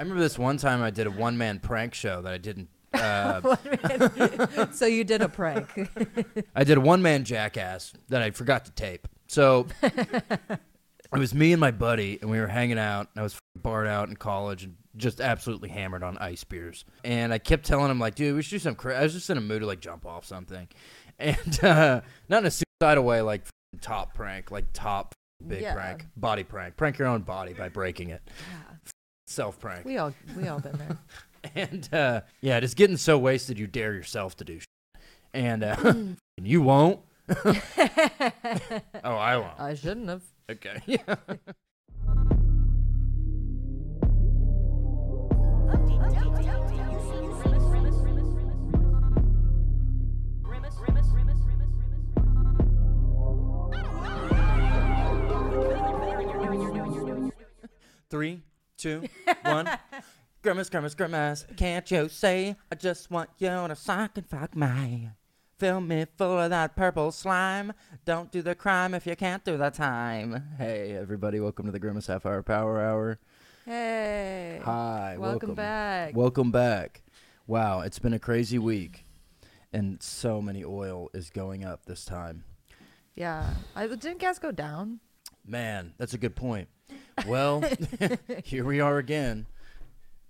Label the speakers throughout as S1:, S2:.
S1: remember this one time I did a one man prank show that I didn't. Uh,
S2: so you did a prank.
S1: I did a one man jackass that I forgot to tape. So it was me and my buddy, and we were hanging out. And I was f***ing barred out in college and just absolutely hammered on ice beers. And I kept telling him, like, dude, we should do some. Cra-. I was just in a mood to like jump off something, and uh, not in a suicidal way, like f***ing top prank, like top big
S2: Yeah.
S1: prank, body prank, prank your own body by breaking it, self prank.
S2: we all we all been there.
S1: And uh, yeah, just getting so wasted you dare yourself to do shit. And, uh, and you won't. oh, I won't.
S2: I shouldn't have.
S1: Okay. Yeah. Three, two, one. grimace, grimace, grimace. Can't you see? I just want you to suck and fuck my. Fill me full of that purple slime. Don't do the crime if you can't do the time. Hey, everybody. Welcome to the Grimace Half Hour Power Hour.
S2: Hey.
S1: Hi.
S2: Welcome back.
S1: Welcome back. Wow, it's been a crazy week. And so many oil is going up this time.
S2: Yeah. I didn't gas go down.
S1: Man, that's a good point. Well, here we are again.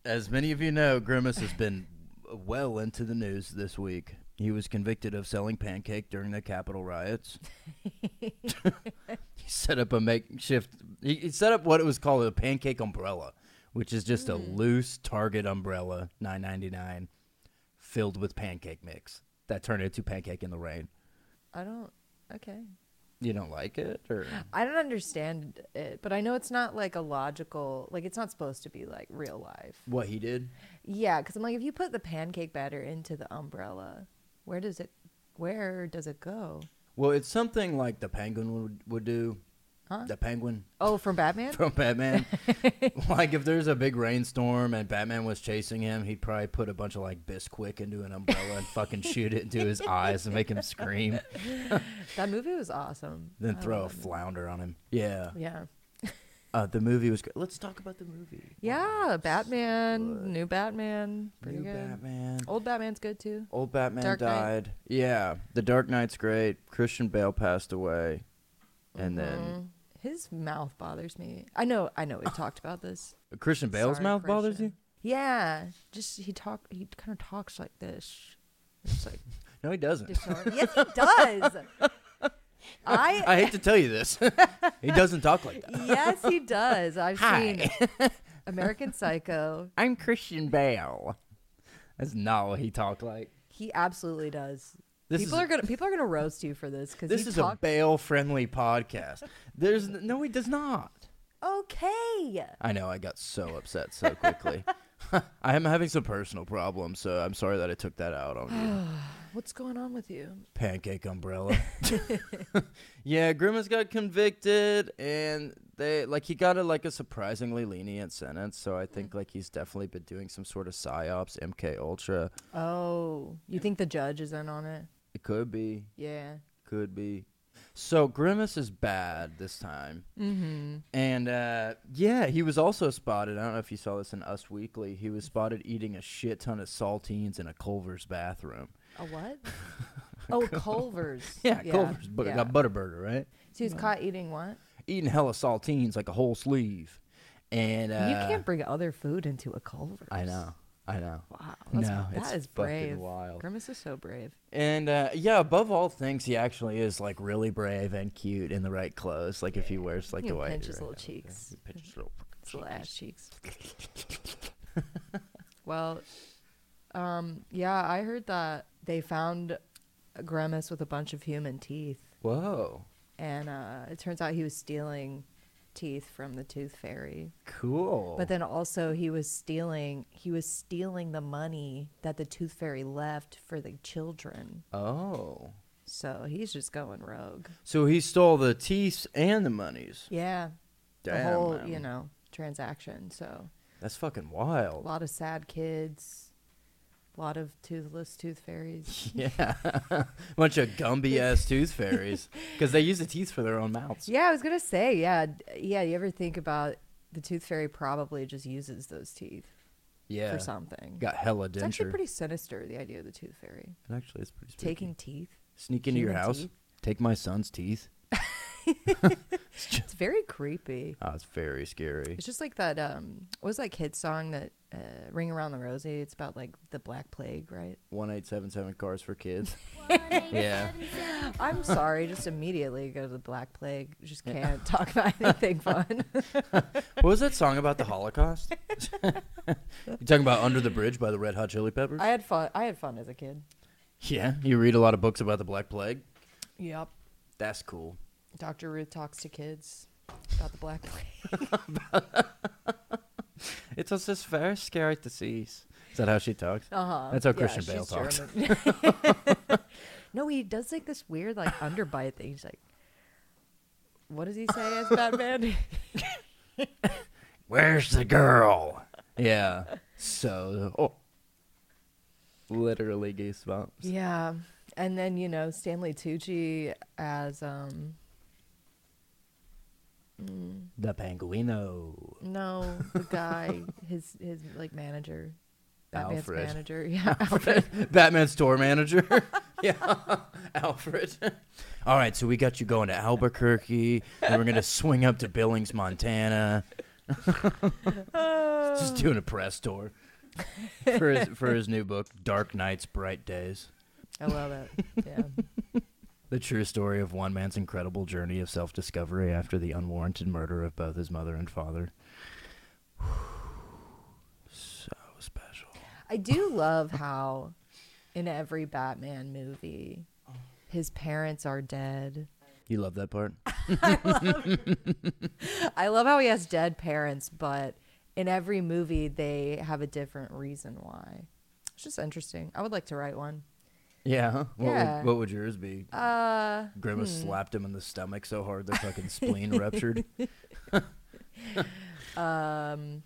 S1: As many of you know, Grimace has been well into the news this week. He was convicted of selling pancake during the Capitol riots. he set up a makeshift. He he set up what it was called a pancake umbrella, which is just a loose Target umbrella, nine ninety nine, filled with pancake mix that turned into pancake in the rain.
S2: I don't. Okay.
S1: You don't like it, or
S2: I don't understand it, but I know it's not like a logical. Like it's not supposed to be like real life.
S1: what he did?
S2: Yeah, because I'm like, if you put the pancake batter into the umbrella, where does it? Where does it go?
S1: Well, it's something like the penguin would, would do.
S2: Huh?
S1: The penguin
S2: Oh, from Batman.
S1: from Batman. like if there's a big rainstorm and Batman was chasing him, he'd probably put a bunch of like Bisquick into an umbrella and fucking shoot it into his eyes and make him scream.
S2: that movie was awesome.
S1: Then
S2: I
S1: throw a
S2: love
S1: flounder on him. Yeah.
S2: it. Yeah.
S1: Uh, the movie was good. Let's talk about the movie.
S2: Yeah, Batman, new Batman, pretty
S1: New
S2: good.
S1: Batman.
S2: Old Batman's good too.
S1: Old Batman
S2: Dark Knight.
S1: died. Yeah. The Dark Knight's great. Christian Bale passed away. And then
S2: Mm-hmm. His mouth bothers me. I know, I know. We talked about this.
S1: Christian Bale's
S2: Sorry,
S1: mouth bothers you?
S2: Christian. Yeah, just he talk. He kind of talks like this. It's like
S1: No, he doesn't.
S2: disarm- yes, he does. I,
S1: I hate to tell you this. he doesn't talk like that.
S2: yes, he does. I've
S1: Hi.
S2: seen American Psycho.
S1: I'm Christian Bale. That's not what he talked like.
S2: He absolutely does.
S1: This
S2: people
S1: is-
S2: are gonna people are gonna roast you for this because
S1: This is a Bale friendly podcast. There's n- no, he does not.
S2: okay.
S1: I know. I got so upset so quickly. I am having some personal problems, so I'm sorry that I took that out on you.
S2: What's going on with you?
S1: Pancake umbrella. yeah, Grimace got convicted, and they like he got a like a surprisingly lenient sentence. So I think like he's definitely been doing some sort of psyops, MK Ultra.
S2: Oh, you think the judge is in on it?
S1: It could be.
S2: Yeah.
S1: Could be. So Grimace is bad this time. Mm-hmm. And uh, yeah, he was also spotted. I don't know if you saw this in Us Weekly. He was spotted eating a shit ton of saltines in a Culver's bathroom.
S2: A what? oh, Culver's.
S1: Yeah, Culver's but
S2: yeah.
S1: got Mm. Butterburger, right?
S2: So he's caught eating what?
S1: Eating hella saltines, like a whole sleeve. And uh,
S2: you can't bring other food into a Culver's.
S1: I know. I know.
S2: Wow, that's,
S1: No,
S2: that
S1: it's
S2: is
S1: fucking
S2: brave.
S1: wild.
S2: Grimace is so brave.
S1: And uh, yeah, above all things, he actually is like really brave and cute in the right clothes. Like if he wears like
S2: He
S1: the white,
S2: pinch his
S1: or-
S2: little cheeks,
S1: pinch his little
S2: his little ass cheeks. well, um, yeah, I heard that they found a Grimace with a bunch of human teeth,
S1: Whoa.
S2: and uh, it turns out he was stealing teeth from the Tooth Fairy.
S1: Cool.
S2: But then also he was stealing he was stealing the money that the tooth fairy left for the children.
S1: oh.
S2: So he's just going rogue.
S1: So he stole the teeth and the monies.
S2: Yeah.
S1: Damn,
S2: the whole,
S1: man.
S2: you know, transaction. So
S1: That's fucking
S2: a
S1: wild.
S2: lot of sad kids, a lot of toothless tooth fairies.
S1: Yeah. Bunch of Gumby ass tooth fairies. Because they use the teeth for their own mouths.
S2: yeah, I was going to say, yeah, d- yeah, you ever think about the tooth fairy probably just uses those teeth.
S1: Yeah.
S2: for something.
S1: Got hella
S2: it's actually
S1: denture.
S2: pretty sinister, the idea of the tooth fairy.
S1: it actually is pretty spooky.
S2: Taking teeth.
S1: Sneak into your
S2: human
S1: house,
S2: teeth.
S1: take my son's teeth.
S2: It's very creepy.
S1: Oh, it's very scary.
S2: It's just like that. Um, what was that kid song that uh, "Ring Around the Rosie"? It's about like the Black Plague, right?
S1: 1877 cars for kids. yeah.
S2: I'm sorry, just immediately go to the Black Plague. Just can't talk about anything fun.
S1: What was that song about the Holocaust? you talking about Under the Bridge by the Red Hot Chili Peppers?
S2: I had fun. I had fun as a kid.
S1: yeah, you read a lot of books about the Black Plague.
S2: Yep.
S1: That's cool.
S2: Dr. Ruth talks to kids about the Black Plague.
S1: It was this very scary disease. Is that how she talks?
S2: Uh huh.
S1: That's how Christian Bale talks.
S2: no, he does like this weird like underbite thing. He's like, what does he say as Batman?
S1: Where's the girl? Yeah. So, oh. Literally goosebumps.
S2: yeah, and then you know Stanley Tucci as um
S1: The Panguino.
S2: no the guy his his like manager. Batman's
S1: Alfred.
S2: manager, yeah.
S1: Batman's tour manager. yeah, Alfred. All right, so we got you going to Albuquerque, and we're gonna swing up to Billings, Montana. Just doing a press tour for his for his new book, Dark Nights, Bright Days:
S2: I love it. Yeah,
S1: The True Story of One Man's Incredible Journey of Self-Discovery After the Unwarranted Murder of Both His Mother and Father. so special.
S2: I do love how in every Batman movie, his parents are dead.
S1: You love that part?
S2: I love how he has dead parents, but in every movie they have a different reason why. It's just interesting. I would like to write one.
S1: Yeah. huh? What,
S2: Yeah.
S1: Would, what would yours be?
S2: Uh,
S1: Grimace slapped him in the stomach so hard the fucking spleen ruptured.
S2: um,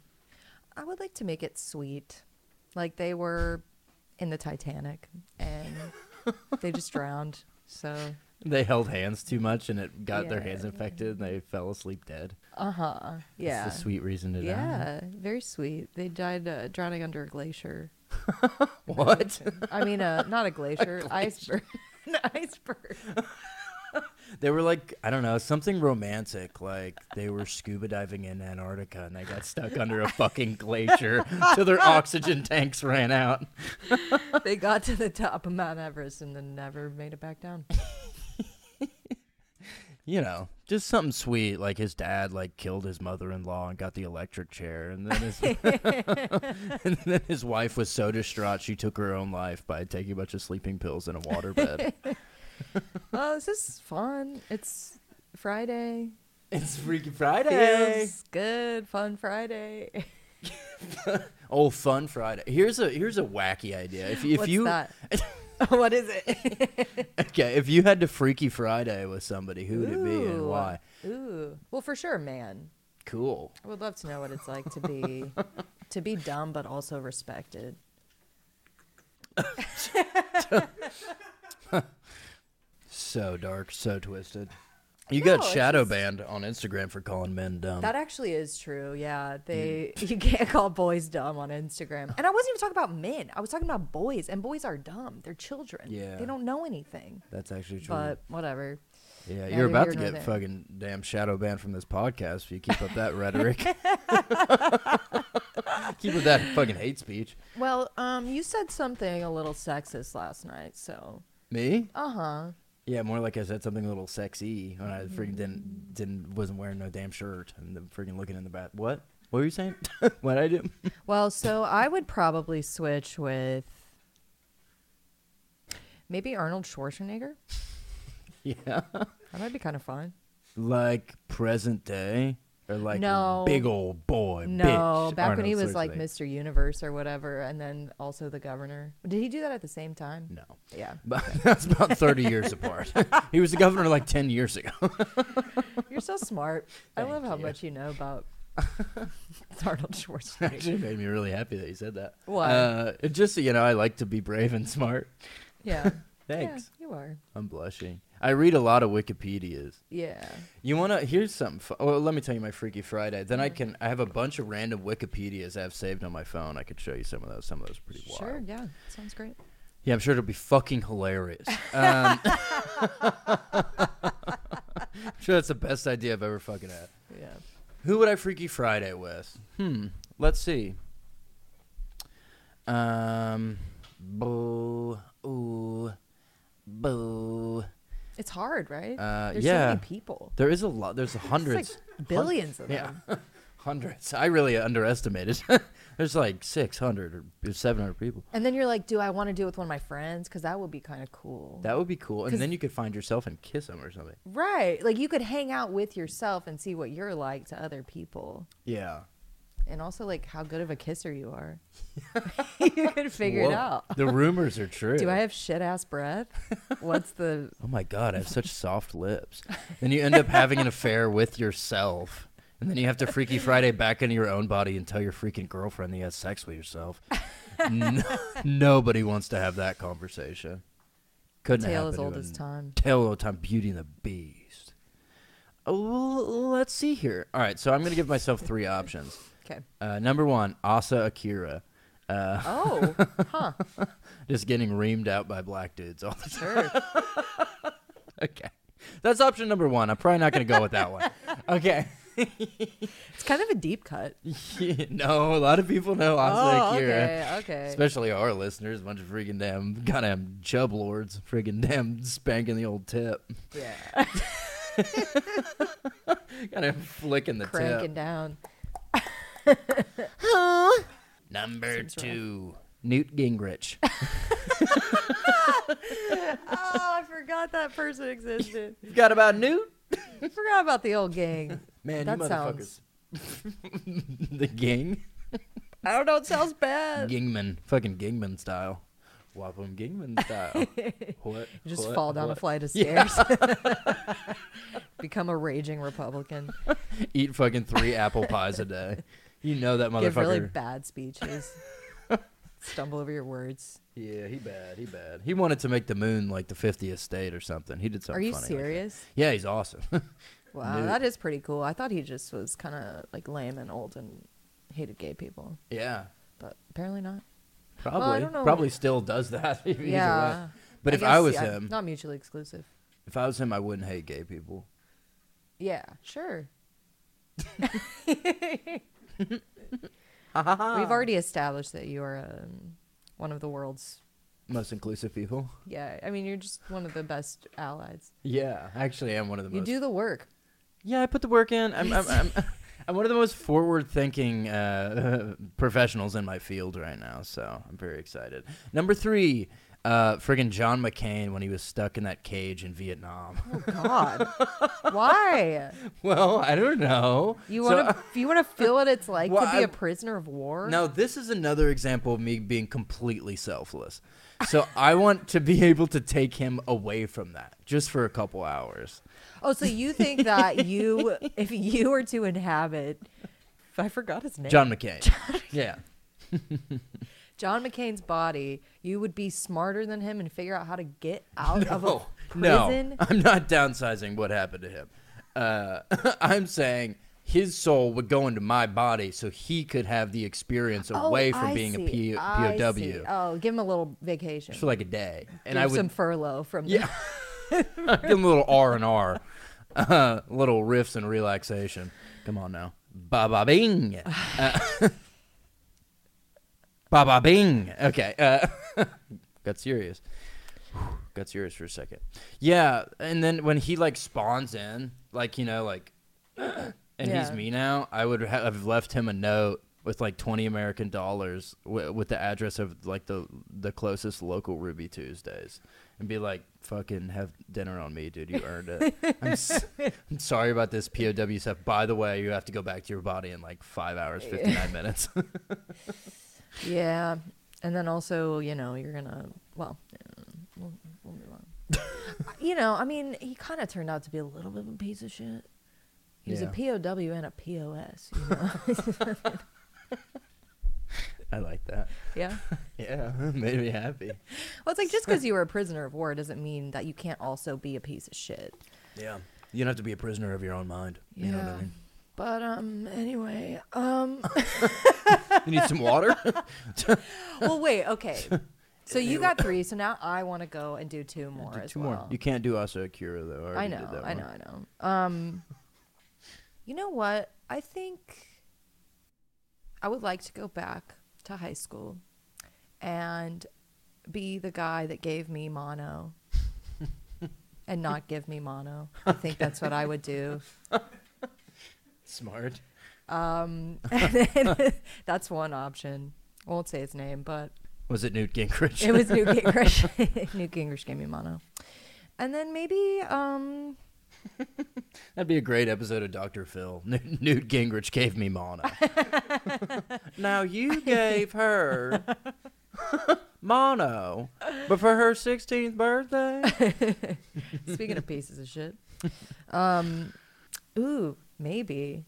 S2: I would like to make it sweet, like they were in the Titanic and they just drowned. So,
S1: They held hands too much and it got their
S2: Yeah.
S1: hands infected and they fell asleep dead.
S2: uh huh, yeah,
S1: It's a sweet reason to die.
S2: yeah, very sweet. They died uh, drowning under a glacier.
S1: What?
S2: I mean, uh, not a glacier, iceberg, an iceberg.
S1: they were like, I don't know, something romantic. Like they were scuba diving in Antarctica and they got stuck under a fucking glacier till their oxygen tanks ran out.
S2: they got to the top of Mount Everest and then never made it back down.
S1: You know, just something sweet. Like his dad, like killed his mother-in-law and got the electric chair, and then his and then his wife was so distraught she took her own life by taking a bunch of sleeping pills in a waterbed.
S2: oh, this is fun. It's Friday.
S1: It's Freaky Friday.
S2: Feels good. Fun Friday.
S1: Oh, Fun Friday. Here's a here's a wacky idea. If if
S2: What's
S1: you
S2: that? what is it?
S1: okay, if you had to Freaky Friday with somebody, who would it be and why?
S2: Ooh. Well, for sure, man.
S1: Cool.
S2: I would love to know what it's like to be to be dumb but also respected.
S1: So dark, so twisted. You
S2: No,
S1: got
S2: it's
S1: shadow banned on Instagram for calling men dumb.
S2: That actually is true. Yeah, they you can't call boys dumb on Instagram. And I wasn't even talking about men. I was talking about boys, and boys are dumb. They're children.
S1: Yeah.
S2: they don't know anything.
S1: That's actually true.
S2: But whatever.
S1: Yeah,
S2: Neither
S1: you're about
S2: here
S1: to
S2: nor
S1: get
S2: there.
S1: fucking damn shadow banned from this podcast if you keep up that rhetoric. keep with that fucking hate speech.
S2: Well, um, you said something a little sexist last night, so
S1: Me?
S2: uh huh.
S1: Yeah, more like I said something a little sexy when I freaking didn't didn't wasn't wearing no damn shirt and then freaking looking in the bath. What? What were you saying? what I do?
S2: Well, so I would probably switch with maybe Arnold Schwarzenegger.
S1: yeah,
S2: That might be kind of fun.
S1: like present day or like
S2: No.
S1: big old boy.
S2: No,
S1: bitch, Oh,
S2: back when he
S1: Arnold
S2: was like
S1: Schwarzenegger.
S2: Mr. Universe or whatever, and then also the governor. Did he do that at the same time?
S1: No,
S2: Yeah.
S1: but that's about thirty years apart. he was the governor like ten years ago.
S2: You're so smart. I
S1: Thank
S2: love how
S1: you.
S2: much you know about Arnold Schwarzenegger.
S1: Actually, made me really happy that you said that.
S2: Why?
S1: Uh, it just you know, I like to be brave and smart.
S2: Yeah.
S1: Thanks.
S2: Yeah, you are.
S1: I'm blushing. I read a lot of Wikipedias.
S2: Yeah.
S1: You wanna? Here's something. Fu- well, let me tell you my Freaky Friday. Then I can. I have a bunch of random Wikipedias I have saved on my phone. I could show you some of those. Some of those are pretty wild.
S2: Sure. Yeah. Sounds great.
S1: Yeah, I'm sure it'll be fucking hilarious. Um, I'm sure that's the best idea I've ever fucking had.
S2: Yeah.
S1: Who would I Freaky Friday with? Hmm. Let's see. Um. Boo. Ooh. Boo.
S2: It's hard, right?
S1: Uh,
S2: There's so
S1: yeah.
S2: many people.
S1: There is a lot. There's hundreds.
S2: It's like billions of
S1: yeah.
S2: them.
S1: hundreds. I really underestimated. There's like 600 or 700 people.
S2: And then you're like, do I want to do it with one of my friends? Because that would be kind of cool.
S1: That would be cool. And
S2: 'Cause-
S1: then you could find yourself and kiss them or something.
S2: right. Like you could hang out with yourself and see what you're like to other people.
S1: Yeah.
S2: And also like how good of a kisser you are. you could figure it
S1: Whoa.
S2: out.
S1: The rumors are true.
S2: Do I have shit ass breath? What's the
S1: Oh my god, I have such soft lips. Then you end up having an affair with yourself. And then you have to Freaky Friday back into your own body and tell your freaking girlfriend that you had sex with yourself. No, nobody wants to have that conversation. Couldn't
S2: tale
S1: happen
S2: as
S1: to
S2: old
S1: a
S2: as time?
S1: Tale all the time, Beauty and the Beast. Oh, let's see here. All right, so I'm going to give myself three options.
S2: Okay.
S1: Uh, number one, Asa Akira. Uh,
S2: Oh, huh.
S1: just getting reamed out by black dudes all the time.
S2: Sure.
S1: Okay. That's option number one. I'm probably not going to go with that one. Okay.
S2: It's kind of a deep cut.
S1: no, a lot of people know Asa
S2: oh,
S1: Akira.
S2: okay. Okay.
S1: Especially our listeners, a bunch of freaking damn goddamn chub lords, freaking damn spanking the old tip,
S2: yeah.
S1: goddamn flicking the
S2: Cranking
S1: tip.
S2: down.
S1: Number
S2: Seems rough.
S1: two, Newt Gingrich.
S2: Oh, I forgot that person existed.
S1: you got about Newt?
S2: I forgot about the old gang.
S1: Man,
S2: That
S1: you motherfuckers.
S2: sounds-
S1: the gang,
S2: I don't know. It sounds bad.
S1: Gingman, fucking Gingman style, Wapum Gingman style. what?
S2: You just
S1: what,
S2: fall down
S1: what?
S2: a flight of stairs. Become a raging Republican.
S1: Eat fucking three apple pies a day. You know that motherfucker.
S2: Give really bad speeches. Stumble over your words.
S1: Yeah, he bad. He bad. He wanted to make the moon like the 50th state or something. He did something.
S2: Are you
S1: funny like that.
S2: serious?
S1: yeah, he's awesome.
S2: Wow,
S1: Newt.
S2: that is pretty cool. I thought he just was kind of like lame and old and hated gay people,
S1: yeah,
S2: but apparently not.
S1: probably.
S2: I don't know.
S1: Probably still does that. either way.
S2: Yeah.
S1: But if I
S2: guess,
S1: was
S2: yeah,
S1: him,
S2: not mutually exclusive.
S1: if I was him, I wouldn't hate gay people.
S2: Yeah, sure.
S1: We've
S2: We've already established that you are um, one of the world's.
S1: most inclusive people.
S2: Yeah, I mean, you're just one of the best allies.
S1: Yeah, actually, I'm one of the
S2: You
S1: most.
S2: do the work.
S1: Yeah, I put the work in. I'm. I'm, I'm I'm one of the most forward-thinking uh, professionals in my field right now, so I'm very excited. Number three, uh, friggin' John McCain when he was stuck in that cage in Vietnam.
S2: Oh God, why?
S1: Well, I don't know.
S2: You
S1: So,
S2: want to?
S1: uh,
S2: you want to feel what it's like
S1: well,
S2: to be
S1: I-
S2: a prisoner of war?
S1: now, this is another example of me being completely selfless. So I want to be able to take him away from that just for a couple hours.
S2: Oh, so you think that you, if you were to inhabit, I forgot his name,
S1: John McCain. yeah.
S2: John McCain's body, you would be smarter than him and figure out how to get out of a
S1: Oh,
S2: prison.
S1: no. I'm not downsizing what happened to him. Uh, I'm saying his soul would go into my body so he could have the experience
S2: Oh,
S1: away from
S2: I
S1: being
S2: see.
S1: a
S2: I
S1: P- POW
S2: see. Oh, give him a little vacation.
S1: just for like a day. And
S2: give
S1: I
S2: him
S1: would
S2: some furlough from
S1: Yeah. Give them a little R and R, Uh, little riffs and relaxation. Come on now, ba ba bing, Uh, ba ba bing. Okay, uh, got serious. Whew, Got serious for a second. Yeah, and then when he like spawns in, like you know, like, and he's
S2: Yeah.
S1: me now. I would ha- have left him a note with like twenty American dollars w- with the address of like the the closest local Ruby Tuesdays, and be like, "Fucking have dinner on me, dude. You earned it. I'm, s- I'm sorry about this POW stuff. By the way, you have to go back to your body in like five hours, fifty nine minutes.
S2: the yeah, and then also you know you're gonna well, uh, we'll, we'll move on. you know, I mean, he kind of turned out to be a little bit of a piece of shit. He was
S1: Yeah.
S2: a POW and a POS. You know?
S1: I like that.
S2: Yeah.
S1: Yeah, made me happy.
S2: Well, it's like just because you were a prisoner of war doesn't mean that you can't also be a piece of shit.
S1: Yeah. You don't have to be a prisoner of your own mind. You know what I mean?
S2: But um, anyway, um,
S1: You need some water?
S2: well, wait, okay. So you got three, so now I want to go and do two more as
S1: Two
S2: well.
S1: more. You can't do Asa Akira, though.
S2: I
S1: already did
S2: know,
S1: that
S2: I
S1: one.
S2: know, I know. Um, you know what? I think I would like to go back to high school and be the guy that gave me mono and not give me mono. I think that's what I would do.
S1: Smart.
S2: Um, and then- that's one option. I won't say his name, but
S1: Was it Newt Gingrich?
S2: it was Newt Gingrich. Newt Gingrich gave me mono. And then maybe, um,
S1: That'd be a great episode of Dr. Phil. Newt, Newt Gingrich gave me mono. now you gave her mono, but for her 16th birthday?
S2: speaking of pieces of shit, um, ooh, maybe,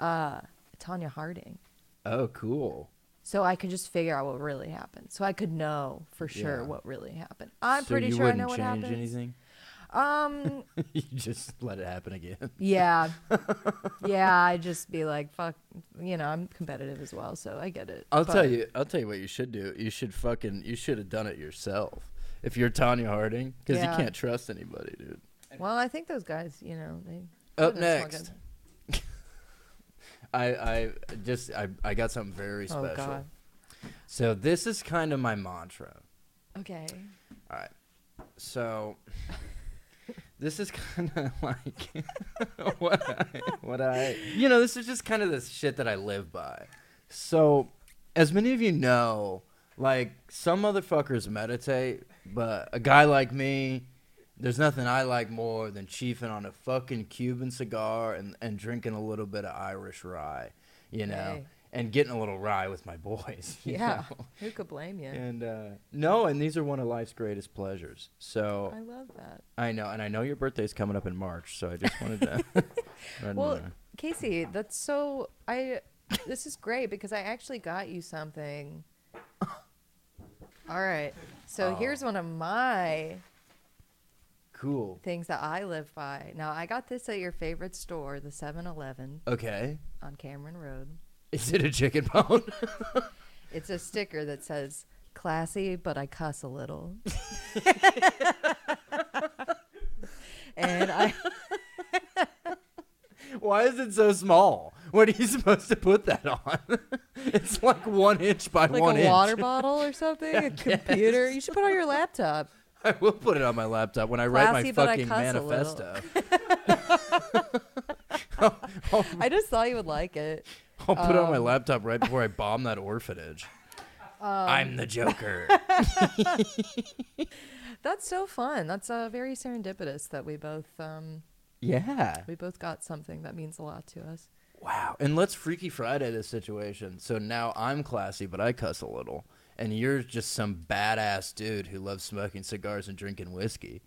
S2: uh, Tanya Harding.
S1: Oh, cool.
S2: So I could just figure out what really happened. So I could know for sure
S1: Yeah.
S2: what really happened. I'm
S1: so
S2: pretty
S1: you
S2: sure I
S1: wouldn't
S2: know what
S1: change
S2: happened.
S1: anything?
S2: Um,
S1: you just let it happen again.
S2: Yeah. yeah, I just be like, fuck, you know, I'm competitive as well, so I get it.
S1: I'll
S2: But-
S1: tell you. I'll tell you what you should do. You should fucking. You should have done it yourself. If you're Tanya Harding, because
S2: Yeah.
S1: you can't trust anybody, dude.
S2: Well, I think those guys, you know, they.
S1: Up
S2: they're small
S1: next,
S2: guys.
S1: I I just I I got something very special.
S2: Oh, God.
S1: So this is kind of my mantra.
S2: Okay.
S1: All right. So this is kind of like what I, what I you know this is just kind of the shit that I live by. So as many of you know, like some motherfuckers meditate, but a guy like me, there's nothing I like more than chiefing on a fucking Cuban cigar and and drinking a little bit of Irish rye, you know,
S2: Hey.
S1: and getting a little rye with my boys. you
S2: Yeah.
S1: know?
S2: Who could blame you?
S1: And uh, no, and these are one of life's greatest pleasures. So
S2: I love that.
S1: I know, and I know your birthday's coming up in March, so I just wanted to. let
S2: Well,
S1: them know.
S2: Casey, that's so. I. This is great because I actually got you something. All right. So
S1: Oh.
S2: here's one of my
S1: cool.
S2: things that I live by. Now, I got this at your favorite store, the 7 Eleven
S1: Okay,
S2: on Cameron Road.
S1: is it a chicken bone?
S2: It's a sticker that says classy, but I cuss a little. and I
S1: Why is it so small? What are you supposed to put that on? it's like one inch by
S2: like
S1: one
S2: a
S1: inch.
S2: water bottle or something, a computer. You should put on your laptop.
S1: I will put it on my laptop when I write my
S2: Classy, but I
S1: fucking
S2: cuss a little.
S1: manifesto.
S2: I just thought you would like it.
S1: I'll put it on my
S2: Um.
S1: laptop right before I bomb that orphanage. I'm the Joker.
S2: That's so fun. That's uh, very serendipitous that we both um,
S1: yeah.
S2: we both got something that means a lot to us.
S1: Wow. And let's Freaky Friday this situation. So now I'm classy, but I cuss a little. And you're just some badass dude who loves smoking cigars and drinking whiskey.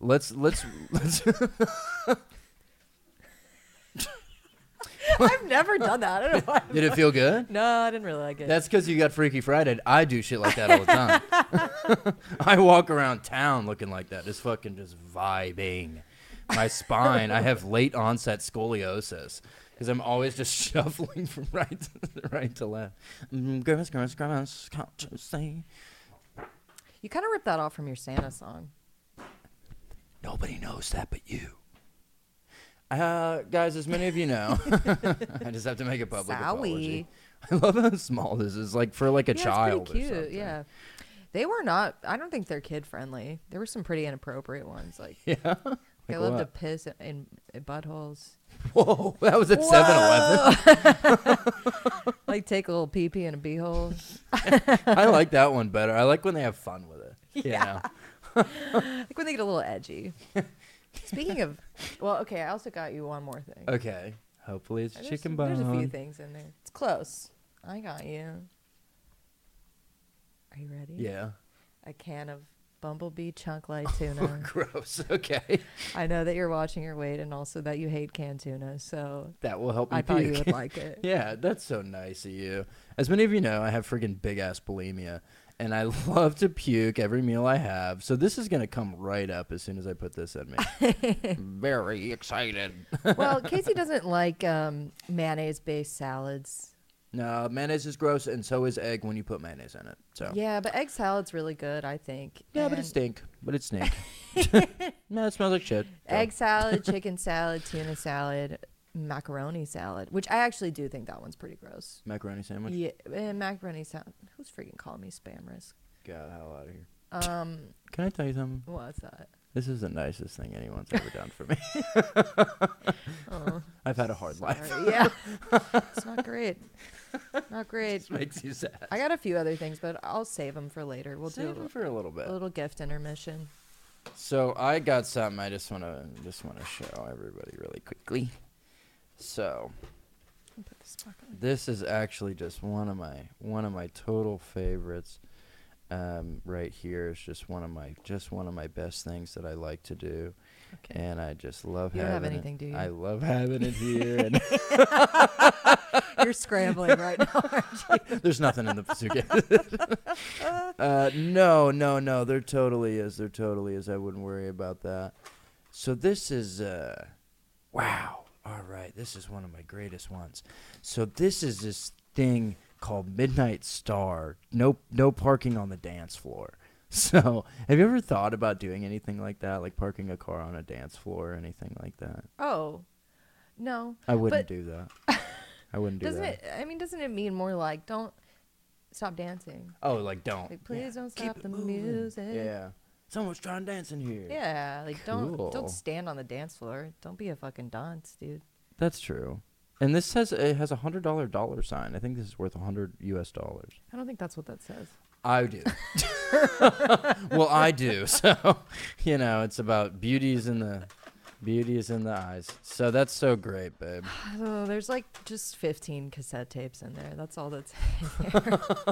S1: Let's let's let's
S2: I've never done that. I don't know why.
S1: Did it feel good?
S2: No, I didn't really like it.
S1: That's because you got Freaky Friday. I do shit like that all the time. I walk around town looking like that, just fucking just vibing. My spine, I have late onset scoliosis because I'm always just shuffling from right to right to left. Mm, Grimace, grimace, grimace, can't you see?
S2: you kind of ripped that off from your Santa song.
S1: Nobody knows that but you. Uh, guys, as many of you know, I just have to make a public apology. I love how small this is, like for like a
S2: yeah,
S1: child.
S2: It's pretty
S1: Or
S2: cute.
S1: something.
S2: Yeah. They were not. I don't think they're kid friendly. There were some pretty inappropriate ones. Like,
S1: Yeah.
S2: they
S1: Like
S2: love to
S1: what?
S2: piss in, in, buttholes.
S1: Whoa, that was at 7 Eleven.
S2: like take a little pee pee in a beehole.
S1: I like that one better. I like when they have fun with it. Yeah.
S2: like when they get a little edgy. Speaking of, well, okay. I also got you one more thing.
S1: Okay. Hopefully it's
S2: There's-
S1: chicken bone.
S2: There's a few things in there. It's close. I got you. Are you ready?
S1: Yeah. Oh,
S2: A can of Bumblebee chunk light tuna.
S1: Gross. Okay.
S2: I know that you're watching your weight and also that you hate canned tuna. So
S1: That will help me
S2: I thought you
S1: puke.
S2: would like it.
S1: Yeah, that's so nice of you. As many of you know, I have friggin' big ass bulimia, and I love to puke every meal I have. So this is gonna come right up as soon as I put this in me. Very excited.
S2: well, Casey doesn't like um, mayonnaise based salads.
S1: no, mayonnaise is gross, and so is egg when you put mayonnaise in it. So
S2: Yeah, but egg salad's really good, I think.
S1: yeah, but
S2: And
S1: it stink. But it stink. no, it smells like shit. So,
S2: Egg salad, chicken salad, tuna salad, macaroni salad, which I actually do think that one's pretty gross.
S1: macaroni sandwich.
S2: Yeah, and macaroni salad. Who's freaking calling me spam risk?
S1: God, hell out of here.
S2: Um,
S1: Can I tell you something?
S2: what's that?
S1: This is the nicest thing anyone's ever done for me.
S2: Oh,
S1: I've had a hard life.
S2: sorry. yeah, it's not great. Not great.
S1: This makes you sad.
S2: I got a few other things, but I'll save them for later. We'll
S1: Save
S2: do
S1: it for a little bit.
S2: a little gift intermission.
S1: So I got something I just wanna just wanna show everybody really quickly. So
S2: I'll put this back on.
S1: this is actually just one of my one of my total favorites. Um, right here is just one of my just one of my best things that I like to do,
S2: Okay.
S1: and I just love
S2: You don't
S1: having
S2: have
S1: it-
S2: anything, do you?
S1: I love having it here, and
S2: You're scrambling right now.
S1: there's nothing in the suitcase. uh, no, no, no. There totally is. There totally is. I wouldn't worry about that. So this is uh wow. All right. This is one of my greatest ones. So this is this thing called Midnight Star. No no parking on the dance floor. So, have you ever thought about doing anything like that, like parking a car on a dance floor or anything like that?
S2: Oh, no.
S1: I wouldn't
S2: But-
S1: do that. I wouldn't do
S2: Doesn't
S1: that.
S2: it? I mean, doesn't it mean more like don't stop dancing?
S1: oh, like don't.
S2: Like, please don't
S1: Keep
S2: stop
S1: it
S2: the
S1: moving.
S2: music.
S1: Yeah. Someone's trying to dance in here.
S2: Yeah, like don't
S1: Cool.
S2: don't stand on the dance floor. Don't be a fucking dunce, dude.
S1: That's true. And this says it has a hundred dollar dollar sign. I think this is worth a hundred U.S. dollars.
S2: I don't think that's what that says.
S1: I do. well, I do. So, you know, it's about beauty is in the beauty is in the eyes. So that's so great, babe.
S2: Oh, there's like just 15 cassette tapes in there. That's all that's.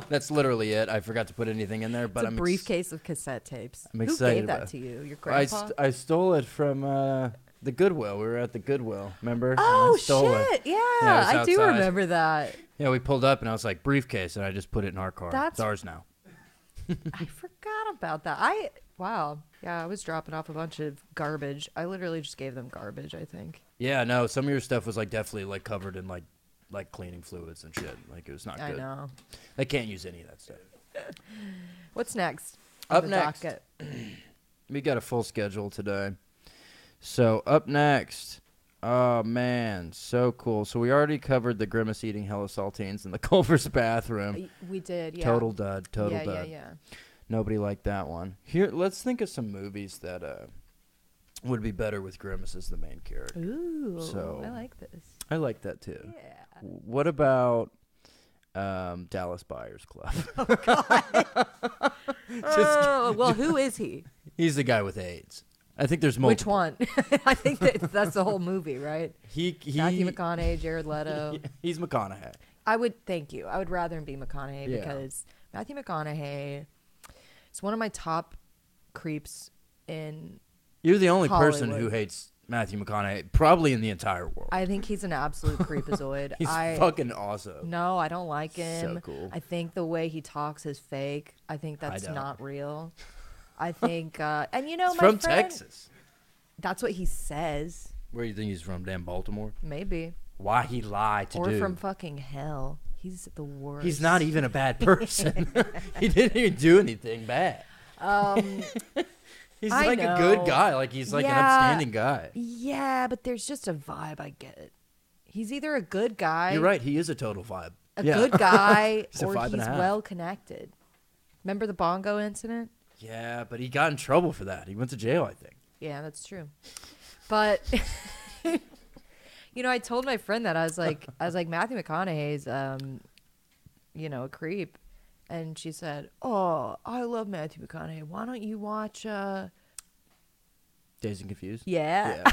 S1: That's literally it. I forgot to put anything in there, but
S2: it's a
S1: I'm ex-
S2: briefcase of cassette tapes.
S1: I'm
S2: Who
S1: excited
S2: gave that
S1: about-
S2: to you? Your
S1: I,
S2: grandpa?
S1: st- I stole it from uh, the Goodwill. We were at the Goodwill. Remember? And I
S2: oh
S1: stole it.
S2: shit! Yeah,
S1: Yeah, it
S2: I
S1: was
S2: do
S1: outside.
S2: remember that.
S1: Yeah, we pulled up and I was like briefcase, and I just put it in our car.
S2: That's-
S1: It's ours now.
S2: I forgot about that. I wow. Yeah, I was dropping off a bunch of garbage. I literally just gave them garbage. I think.
S1: Yeah, no, some of your stuff was like definitely like covered in like like cleaning fluids and shit. Like it was not
S2: I
S1: good.
S2: know.
S1: They can't use any of that stuff.
S2: What's next? on
S1: Up
S2: the
S1: next.
S2: docket?
S1: We got a full schedule today. So up next. Oh man, so cool. So we already covered the grimace eating hella saltines in the Culver's bathroom.
S2: Uh, Y- We did. Yeah.
S1: um, Total dud, total
S2: yeah,
S1: dud.
S2: Yeah, yeah,
S1: Nobody liked that one. Here, let's think of some movies that uh, would be better with Grimace as the main character.
S2: Ooh,
S1: So-
S2: I like this.
S1: I like that too.
S2: Yeah.
S1: What about um, Dallas Buyers Club?
S2: oh, well, who is he?
S1: He's the guy with AIDS. I think there's
S2: Which
S1: multiple.
S2: one? I think that that's the whole movie, right?
S1: He he.
S2: Matthew McConaughey, Jared Leto.
S1: He's McConaughey.
S2: I would thank you. I would rather him be McConaughey
S1: Yeah.
S2: because Matthew McConaughey is one of my top creeps in.
S1: You're the only person who
S2: Hollywood.
S1: hates Matthew McConaughey probably in the entire world.
S2: I think he's an absolute creepazoid.
S1: He's
S2: I
S1: fucking awesome.
S2: no, I don't like
S1: So
S2: him.
S1: cool.
S2: I think the way he talks is fake. I think that's
S1: don't.
S2: not real. I think, uh, and you know,
S1: He's
S2: my
S1: from
S2: friend,
S1: Texas.
S2: That's what he says.
S1: Where do you think he's from? Damn Baltimore.
S2: Maybe.
S1: Why he lie to
S2: or
S1: do?
S2: from fucking hell. He's the worst.
S1: he's not even a bad person. he didn't even do anything bad.
S2: Um,
S1: He's
S2: I
S1: like a good
S2: know.
S1: guy. Like he's like an
S2: Yeah.
S1: upstanding guy.
S2: yeah, but there's just a vibe. I get it. He's either a good guy,
S1: You're right. He is a total vibe.
S2: a
S1: yeah.
S2: good guy,
S1: He's a
S2: or
S1: five and a
S2: he's
S1: half.
S2: well connected. Remember the bongo incident?
S1: yeah, but he got in trouble for that. He went to jail, I think.
S2: Yeah, that's true. But you know, I told my friend that I was like, I was like Matthew McConaughey's, um, you know, a creep, and she said, "Oh, I love Matthew McConaughey. Why don't you watch uh,
S1: Days and Confused. Uh,
S2: Yeah.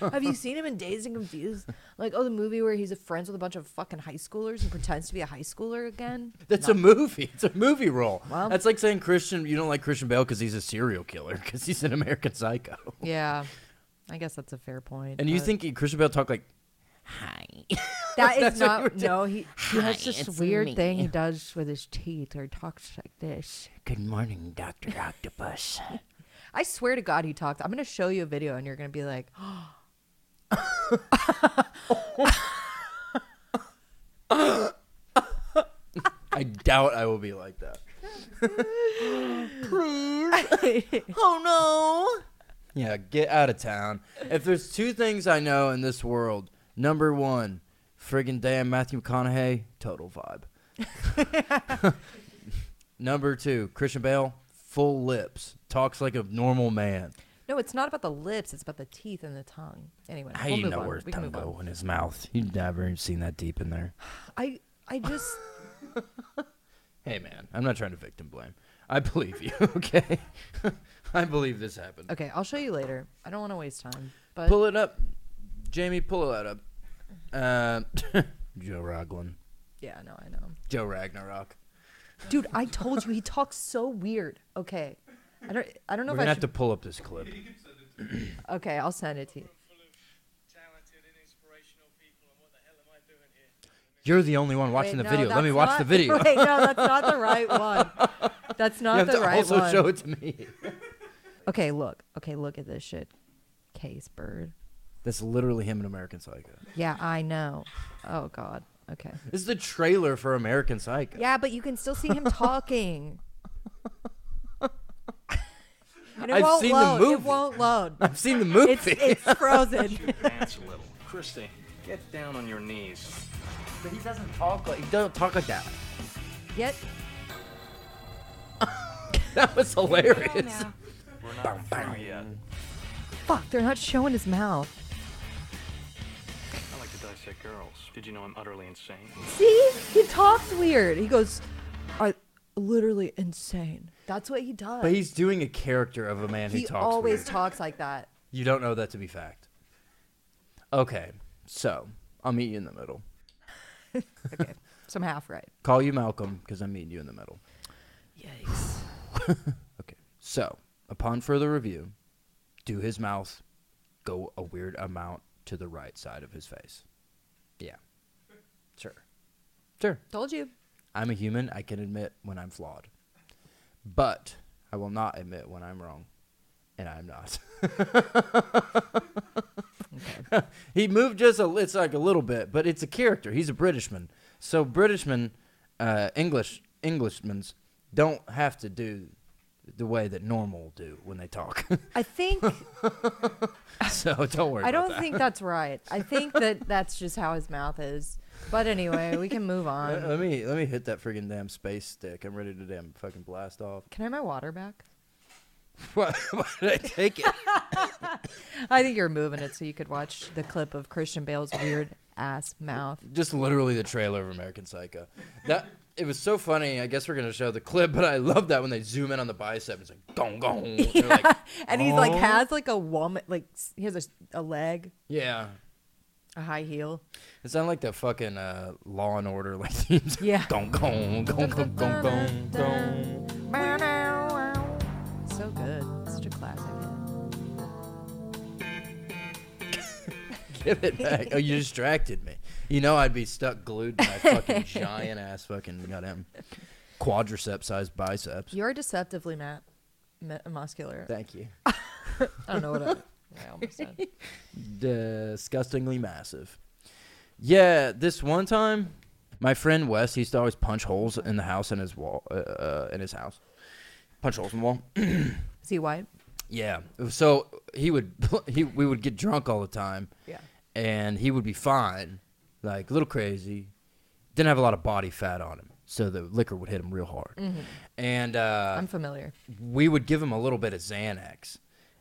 S2: Have you seen him in Dazed and Confused? Like, oh, the movie where he's friends with a bunch of fucking high schoolers and pretends to be a high schooler again.
S1: That's a movie. It's a movie role.
S2: Well-
S1: That's like saying Christian. You don't like Christian Bale because he's a serial killer because he's an American Psycho.
S2: Yeah, I guess that's a fair point.
S1: And you
S2: but
S1: think he- Christian Bale talk like, "Hi,
S2: that
S1: that's
S2: is
S1: what you were
S2: not?
S1: doing.
S2: No, he, he
S1: Hi,
S2: has this
S1: it's
S2: weird
S1: me.
S2: thing he does with his teeth, or talks like this.
S1: good morning, Doctor Octopus."
S2: I swear to God, he talked. I'm gonna show you a video, and you're gonna be like,
S1: I doubt I will be like that.
S2: "Oh
S1: Yeah, get out of town. If there's two things I know in this world, number one, friggin' damn Matthew McConaughey, total vibe. number two, Christian Bale, full lips, talks like a normal man.
S2: no!" No, it's not about the lips; it's about the teeth and the tongue. Anyway,
S1: How
S2: we'll
S1: you
S2: move
S1: know
S2: on.
S1: where's
S2: we can
S1: tongue
S2: move on.
S1: go in his mouth? You've never even seen that deep in there.
S2: I I just
S1: Hey man, I'm not trying to victim blame. I believe you, okay? I believe this happened.
S2: okay. I'll show you later. I don't want to waste time, but
S1: Pull it up, Jamie. Pull that up. Uh, Joe Roglin.
S2: yeah, no, I know.
S1: Joe Ragnarok.
S2: Dude, I told you he talks so weird. Okay. I don't I don't know
S1: We're
S2: if
S1: gonna
S2: I
S1: have
S2: should
S1: to pull up this clip.
S2: Okay, I'll send it to you.
S3: full of talented and inspirational people, and what the hell am I doing here?
S1: You're the only one watching
S2: Wait,
S1: the
S2: no,
S1: video. Let me
S2: that's
S1: watch
S2: not-
S1: the video. you
S2: Wait, no, that's not the right one. That's not
S1: have
S2: the
S1: to
S2: right
S1: also
S2: one.
S1: show it to me.
S2: Okay, look. Okay, look at this shit. Case bird.
S1: That's literally him in American Psycho.
S2: Yeah, I know. Oh god. Okay.
S1: This is the trailer for American Psycho.
S2: Yeah, but you can still see him talking. And it
S1: I've
S2: won't
S1: seen the
S2: load. It
S1: movie.
S2: won't load.
S1: I've seen the movie.
S2: It's it's frozen.
S4: Dance a little. Christy, get down on your knees.
S1: but he doesn't talk like he doesn't talk like that.
S2: Yet
S1: That was hilarious.
S4: We're not through yet.
S2: fuck, they're not showing his mouth.
S4: I like to dissect girls. Did you know I'm utterly insane?
S2: See, he talks weird. He goes, "I literally insane." That's what he does.
S1: But he's doing a character of a man who
S2: he
S1: talks.
S2: always
S1: weird.
S2: talks like that.
S1: you don't know that to be fact. Okay, so I'll meet you in the middle.
S2: Okay, so I'm half right.
S1: Call you Malcolm because I'm meeting you in the middle.
S2: Yikes!
S1: Okay. So, upon further review, do his mouth go a weird amount to the right side of his face? Yeah. Sure. Sure.
S2: Told you.
S1: I'm a human. I can admit when I'm flawed. But I will not admit when I'm wrong. And I'm not. he moved just a it's like a little bit, but it's a character. He's a Britishman. So Britishmen, uh, English Englishmans don't have to do the way that normal do when they talk.
S2: I think
S1: so don't worry.
S2: I
S1: about
S2: don't
S1: that.
S2: think that's right. I think that that's just how his mouth is. But anyway, we can move
S1: Let-
S2: on.
S1: Uh, Let me let me hit that friggin' damn space stick. I'm ready to damn fucking blast off.
S2: Can I have my water back?
S1: Why, why did I take it?
S2: I think you're moving it so you could watch the clip of Christian Bale's weird ass mouth.
S1: just literally the trailer of American Psycho. That it was so funny. I guess we're gonna show the clip, but I love that when they zoom in on the bicep. It's like gong gong. and they're like,
S2: And he's like
S1: "Oh."
S2: has like a woman like s- he has a s a a leg,
S1: yeah.
S2: a high heel.
S1: It sounded like the fucking uh, Law and Order like theme. song.
S2: Yeah.
S1: Gong gong gong gong gong gong gong.
S2: So good. Such a classic. hit.
S1: Give it back. Oh, you distracted me. You know I'd be stuck glued to my fucking giant ass fucking goddamn quadricep sized biceps.
S2: You're deceptively ma- ma- muscular.
S1: Thank you.
S2: I don't know what I, I almost said.
S1: disgustingly massive. Yeah, this one time, my friend Wes he used to always punch holes in the house in his wall, uh, uh, in his house, punch holes in the wall.
S2: Is he white?
S1: yeah, so he would he we would get drunk all the time.
S2: Yeah.
S1: and he would be fine, like a little crazy. Didn't have a lot of body fat on him, so the liquor would hit him real hard. And uh,
S2: Mm-hmm. I'm familiar.
S1: we would give him a little bit of Xanax,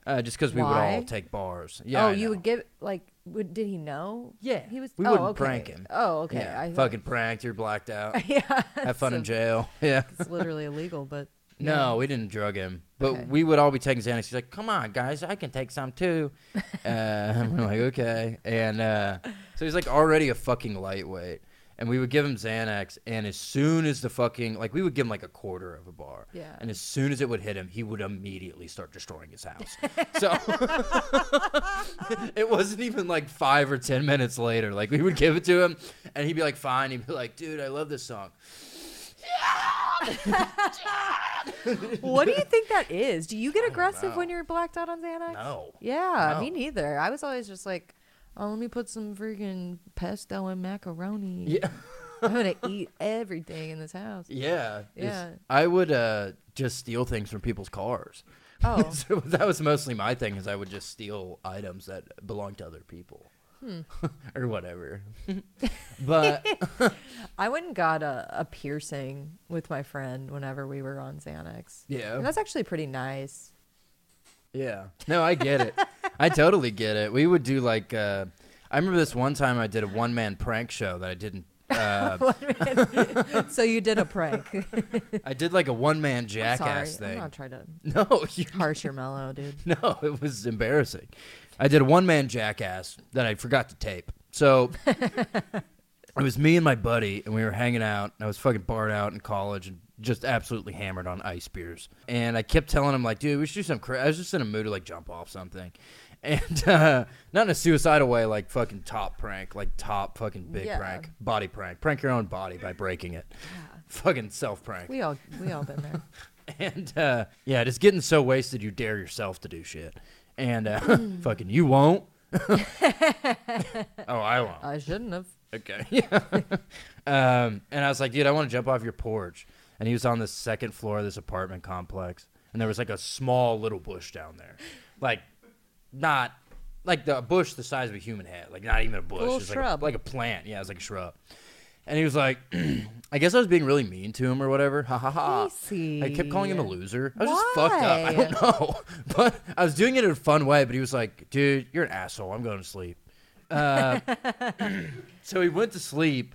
S1: uh, just because we would all
S2: Why?
S1: take bars. Yeah,
S2: oh,
S1: I
S2: you
S1: know.
S2: would give like would, did he know?
S1: Yeah,
S2: He was
S1: We
S2: oh,
S1: wouldn't
S2: okay.
S1: prank him.
S2: Oh, okay.
S1: Yeah,
S2: I
S1: fucking pranked. You're blacked out.
S2: Yeah.
S1: Have fun in
S2: so
S1: jail. Yeah.
S2: It's literally illegal, but
S1: No, we didn't drug him, but
S2: Okay.
S1: we would all be taking Xanax. He's like, "Come on, guys, I can take some too." Uh, and we're like, "Okay," and uh, so he's like already a fucking lightweight, and we would give him Xanax, and as soon as the fucking like, we would give him like a quarter of a bar,
S2: Yeah.
S1: and as soon as it would hit him, he would immediately start destroying his house. so it wasn't even like five or ten minutes later. Like we would give it to him, and he'd be like, "Fine," he'd be like, "Dude, I love this song."
S2: what do you think that is? Do you get aggressive
S1: know.
S2: when you're blacked out on Xanax?
S1: No.
S2: Yeah,
S1: No.
S2: me neither. I was always just like, oh, let me put some freaking pesto and macaroni.
S1: Yeah.
S2: I'm gonna eat everything in this house.
S1: Yeah. is-
S2: Yeah.
S1: I would uh, just steal things from people's cars.
S2: Oh.
S1: so that was mostly my thing is I would just steal items that belong to other people.
S2: Hmm.
S1: or whatever. but
S2: I went and got a, a piercing with my friend whenever we were on Xanax.
S1: Yeah.
S2: And that's actually pretty nice.
S1: yeah. No, I get it. I totally get it. We would do like uh, I remember this one time I did a one man prank show that I didn't uh,
S2: so you did a prank.
S1: I did like a one man
S2: I'm
S1: jackass
S2: Sorry. I'm not
S1: thing.
S2: trying to
S1: No, you
S2: harsh your mellow, dude.
S1: No, it was embarrassing. I did a one man jackass that I forgot to tape. So it was me and my buddy, and we were hanging out. And I was fucking barred out in college and just absolutely hammered on ice beers. And I kept telling him, like, dude, we should do some. Cra-. I was just in a mood to like jump off something. And uh, not in a suicidal way, like fucking top prank, like top fucking big
S2: Yeah.
S1: prank, body prank. Prank your own body by breaking it. Fucking self prank.
S2: We all we all been there.
S1: And uh, yeah, just getting so wasted you dare yourself to do shit. And uh, fucking you won't. oh, I won't.
S2: I shouldn't have.
S1: Okay. Yeah. um, and I was like, dude, I want to jump off your porch. And he was on the second floor of this apartment complex. And there was like a small little bush down there. Like, not like the a bush the size of a human head. Like, not even a bush.
S2: little
S1: It's like
S2: shrub.
S1: Like a, plant. Yeah, it was like a shrub. And he was like, I guess I was being really mean to him or whatever. Ha ha ha. I kept calling him a
S2: Casey.
S1: loser. I was just fucked up. I
S2: Why?
S1: don't know. But I was doing it in a fun way, but he was like, dude, you're an asshole. I'm going to sleep. So he went to sleep,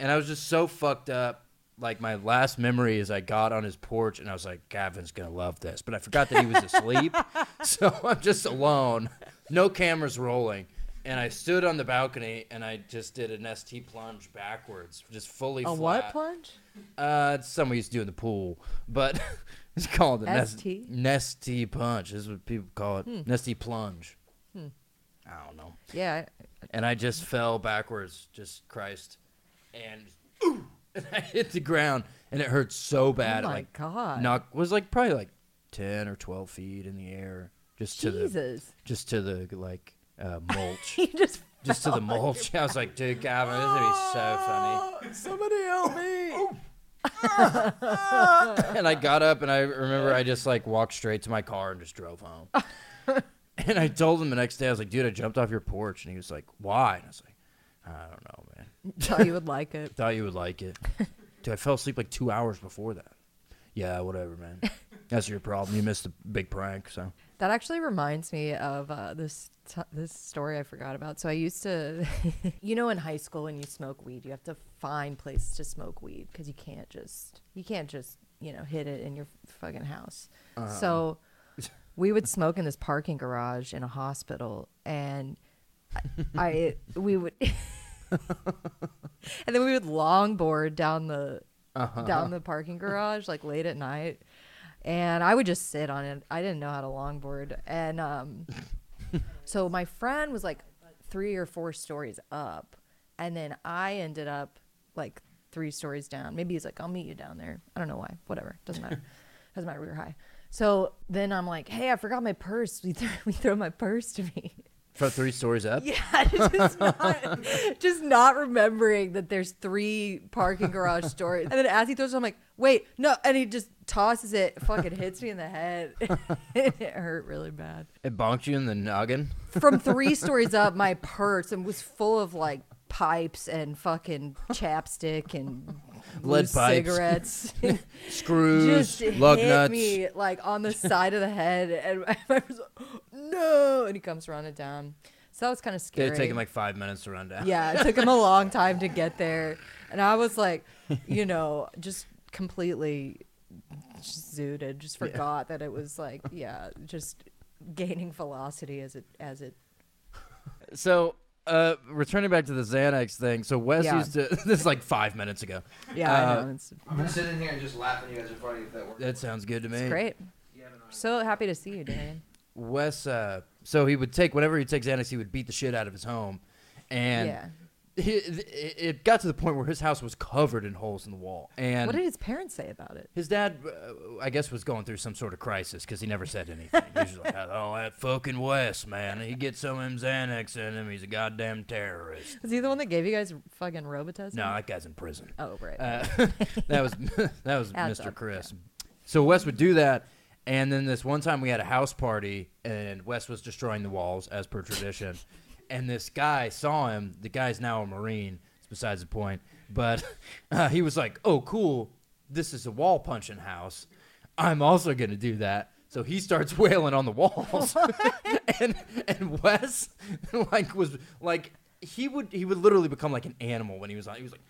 S1: and I was just so fucked up. Like my last memory is I got on his porch and I was like, Gavin's gonna love this, but I forgot that he was asleep. so I'm just alone, no cameras rolling, and I stood on the balcony and I just did an ST plunge backwards, just fully.
S2: A
S1: flat.
S2: what plunge?
S1: Uh, it's something we used to do in the pool, but it's called a
S2: ST?
S1: nest, nesty punch. This is what people call
S2: Hmm.
S1: it, nesty plunge. I don't know
S2: Yeah.
S1: and I just fell backwards, just Christ, and ooh, and I hit the ground, and it hurt so bad.
S2: oh
S1: it,
S2: my
S1: like,
S2: god.
S1: knock was like probably like ten or twelve feet in the air, just to the
S2: Jesus.
S1: just to the like uh, mulch,
S2: He just
S1: just to the mulch. I was like, dude, Gavin, this is gonna be so funny.
S2: Somebody help me.
S1: and I got up and I remember I just like walked straight to my car and just drove home. and I told him the next day, I was like, dude, I jumped off your porch. And he was like, why? And I was like, I don't know, man.
S2: Thought you would like it.
S1: Thought you would like it. Dude, I fell asleep like two hours before that. Yeah, whatever, man. That's your problem. You missed the big prank, so.
S2: That actually reminds me of uh, this t- this story I forgot about. So I used to, you know, in high school when you smoke weed, you have to find places to smoke weed because you can't just you can't just you know hit it in your fucking house. So we would smoke in this parking garage in a hospital, and I we would, and then we would longboard down the down the parking garage like late at night, and I would just sit on it. I didn't know how to longboard, and um, so my friend was like three or four stories up, and then I ended up like three stories down. Maybe he's like, "I'll meet you down there." I don't know why. Whatever, doesn't matter. doesn't matter. We were high. So then I'm like, "Hey, I forgot my purse." We threw, we throw my purse to me.
S1: From three stories up?
S2: Yeah, just not, just not remembering that there's three parking garage stories. And then as he throws it, I'm like, wait, no. And he just tosses it, fucking hits me in the head. it hurt really bad.
S1: It bonked you in the noggin?
S2: From three stories up, my purse and was full of like pipes and fucking chapstick and
S1: Lead
S2: loose
S1: pipes.
S2: cigarettes.
S1: Screws,
S2: just
S1: lug
S2: hit
S1: nuts.
S2: me like on the side of the head. And my friend was like, no. And he comes running down. So that was kind of
S1: Did
S2: scary.
S1: it take him like five minutes to run down?
S2: Yeah, it took him a long time to get there. And I was like, you know, just completely just zooted, just forgot that it was like yeah, just gaining velocity as it as it.
S1: So, uh, returning back to the Xanax thing. So Wes
S2: Yeah.
S1: used to. This is like five minutes ago.
S2: Yeah,
S1: Uh,
S2: I know it's,
S5: I'm gonna sit in here and just laugh at you guys in front of you if that works.
S1: That sounds good to me.
S2: it's great.
S5: Yeah, but no,
S2: So happy to see you, Dan.
S1: Wes. Uh, so he would take whenever he takes Xanax, he would beat the shit out of his home, and
S2: Yeah.
S1: he, it it got to the point where his house was covered in holes in the wall. And
S2: What did his parents say about it?
S1: His dad, uh, I guess, was going through some sort of crisis because he never said anything. He was just like, "Oh, that fucking Wes, man, he gets some of them Xanax in him. He's a goddamn terrorist."
S2: Is he the one that gave you guys fucking Robitussin?
S1: No, that guy's in prison.
S2: Oh right.
S1: Uh, that was that was
S2: Adds
S1: Mr.
S2: up,
S1: Chris. So Wes would do that, and then this one time we had a house party, and Wes was destroying the walls as per tradition, and this guy saw him. The guy's now a marine. It's besides the point, but uh, he was like, "Oh, cool! This is a wall punching house. I'm also gonna do that." So he starts wailing on the walls, and and Wes like was like he would he would literally become like an animal when he was on. He was like.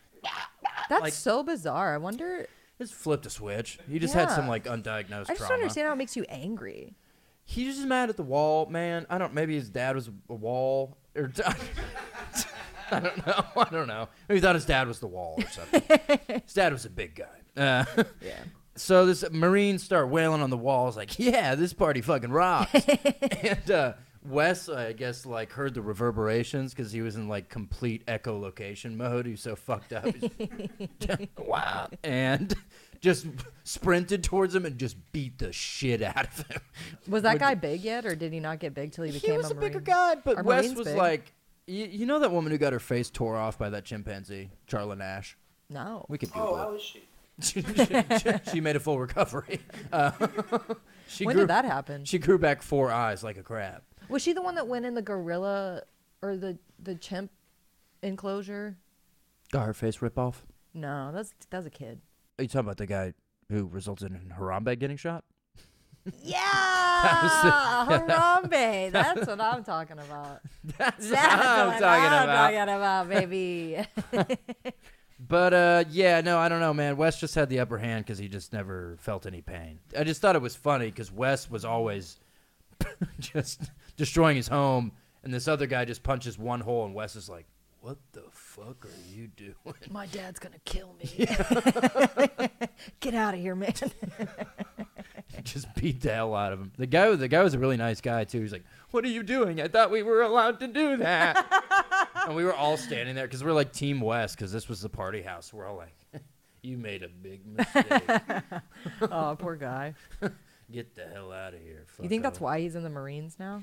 S2: That's
S1: like-
S2: so bizarre. I wonder.
S1: Just flipped a switch. He just had some
S2: Yeah.
S1: like undiagnosed
S2: I just
S1: trauma.
S2: don't understand how it makes you angry.
S1: He was just mad at the wall, man. I don't. Maybe his dad was a wall, or I don't know. I don't know. Maybe he thought his dad was the wall or something. his dad was a big guy. Uh,
S2: Yeah.
S1: so this marine start wailing on the walls like, yeah, this party fucking rocks. and uh, Wes, I guess, like heard the reverberations because he was in like complete echolocation mode. He was so fucked up. He's- wow. And just sprinted towards him and just beat the shit out of him.
S2: Was that guy big yet, or did he not get big till he
S1: He,
S2: became
S1: was a,
S2: a
S1: bigger
S2: Marine?
S1: guy, but
S2: Our
S1: Wes
S2: Marine's
S1: was
S2: big.
S1: like, you, you know that woman who got her face tore off by that chimpanzee, Charla Nash.
S2: No.
S1: We could Google
S5: oh,
S1: it.
S5: how is she?
S1: she, she made a full recovery. Uh, she
S2: when
S1: grew,
S2: did that happen?
S1: She grew back four eyes like a crab.
S2: was she the one that went in the gorilla or the the chimp enclosure?
S1: Got her face rip off.
S2: No, that's that's a kid.
S1: Are you talking about the guy who resulted in Harambe getting shot?
S2: Yeah,
S1: was
S2: Harambe. That's what I'm talking about.
S1: That's
S2: That's what I'm talking about, baby.
S1: But uh, yeah, no, I don't know, man. Wes just had the upper hand because he just never felt any pain. I just thought it was funny because Wes was always just destroying his home, and this other guy just punches one hole, and Wes is like, "What the fuck are you doing?"
S2: My dad's gonna kill me. Get out of here, man.
S1: just beat the hell out of him. The guy, the guy was a really nice guy too. He's like, "What are you doing? I thought we were allowed to do that." and we were all standing there because we're like Team West because this was the party house. We're all like, "You made a big mistake.
S2: oh, poor guy.
S1: Get the hell out of here."
S2: You think that's why he's in the Marines now?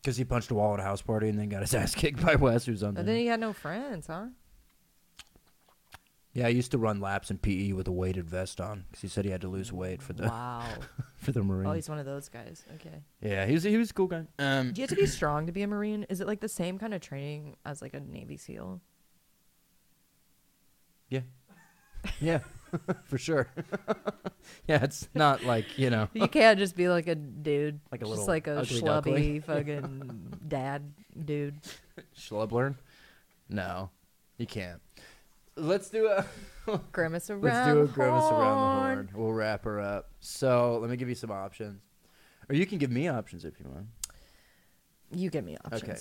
S1: Because he punched a wall at a house party and then got his ass kicked by Wes or something.
S2: And then he had no friends, huh?
S1: yeah, I used to run laps in PE with a weighted vest on because he said he had to lose weight for the
S2: Wow.
S1: for the Marines.
S2: oh, he's one of those guys. Okay.
S1: yeah, he was he was a cool guy. Um,
S2: Do you have to be strong to be a Marine? Is it like the same kind of training as like a Navy SEAL?
S1: Yeah. Yeah, for sure. yeah, it's not like, you know.
S2: You can't just be like a dude,
S1: Like a
S2: just
S1: little
S2: like a
S1: ugly
S2: schlubby fucking dad dude.
S1: Schlublern? No, you can't. Let's do a
S2: Grimace around.
S1: let's do a grimace around the
S2: horn.
S1: horn. We'll wrap her up. So let me give you some options, or you can give me options if you want.
S2: You give me options.
S1: Okay,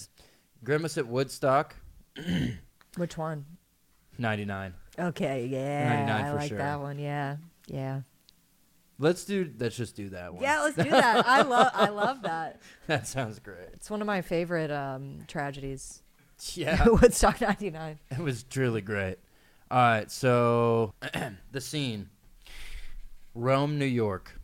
S1: grimace at Woodstock,
S2: Which one?
S1: ninety nine.
S2: Okay, yeah,
S1: 99
S2: I
S1: for
S2: like
S1: sure.
S2: that one. Yeah, yeah,
S1: Let's do. Let's just do that one.
S2: yeah. Let's do that. I love, I love that.
S1: that sounds great.
S2: It's one of my favorite um, tragedies.
S1: Yeah,
S2: Woodstock '99.
S1: it was truly great. All right, so the scene: Rome, New York,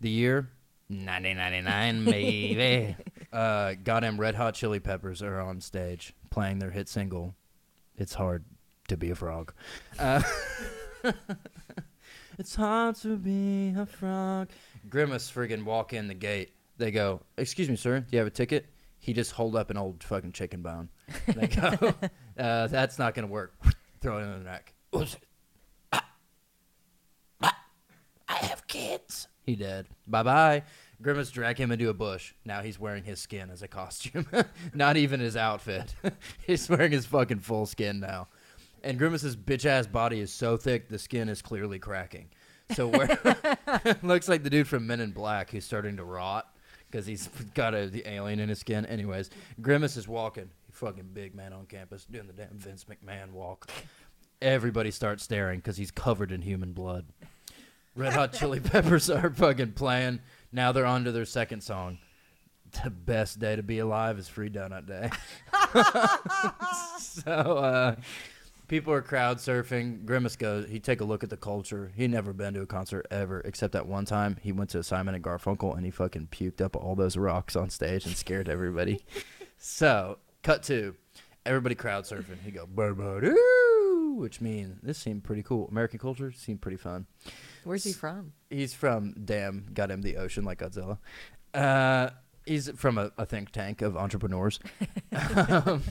S1: the year 1999, maybe. uh, goddamn, Red Hot Chili Peppers are on stage playing their hit single. It's hard to be a frog. Uh, it's hard to be a frog. Grimace friggin' walk in the gate. They go, "Excuse me, sir, do you have a ticket?" He just hold up an old fucking chicken bone. They go, uh, "That's not gonna work." Throw it in the neck. Oops. Ah. Ah. I have kids. He dead. Bye bye. Grimace drag him into a bush. Now he's wearing his skin as a costume, not even his outfit. he's wearing his fucking full skin now. And Grimace's bitch ass body is so thick, the skin is clearly cracking. So where looks like the dude from Men in Black who's starting to rot because he's got a, the alien in his skin. Anyways, Grimace is walking, fucking big man on campus, doing the damn Vince McMahon walk. Everybody starts staring because he's covered in human blood. Red Hot Chili Peppers are fucking playing. Now they're on to their second song. The best day to be alive is Free Donut Day. so uh, people are crowd surfing. Grimace goes. He take a look at the culture. He never been to a concert ever, except that one time he went to Simon and Garfunkel and he fucking puked up all those rocks on stage and scared everybody. so cut to everybody crowd surfing. He go "Ba-ba-doo," which means this seemed pretty cool. American culture seemed pretty fun.
S2: Where's he from?
S1: He's from damn goddamn the ocean like Godzilla. Uh, he's from a, a think tank of entrepreneurs. um,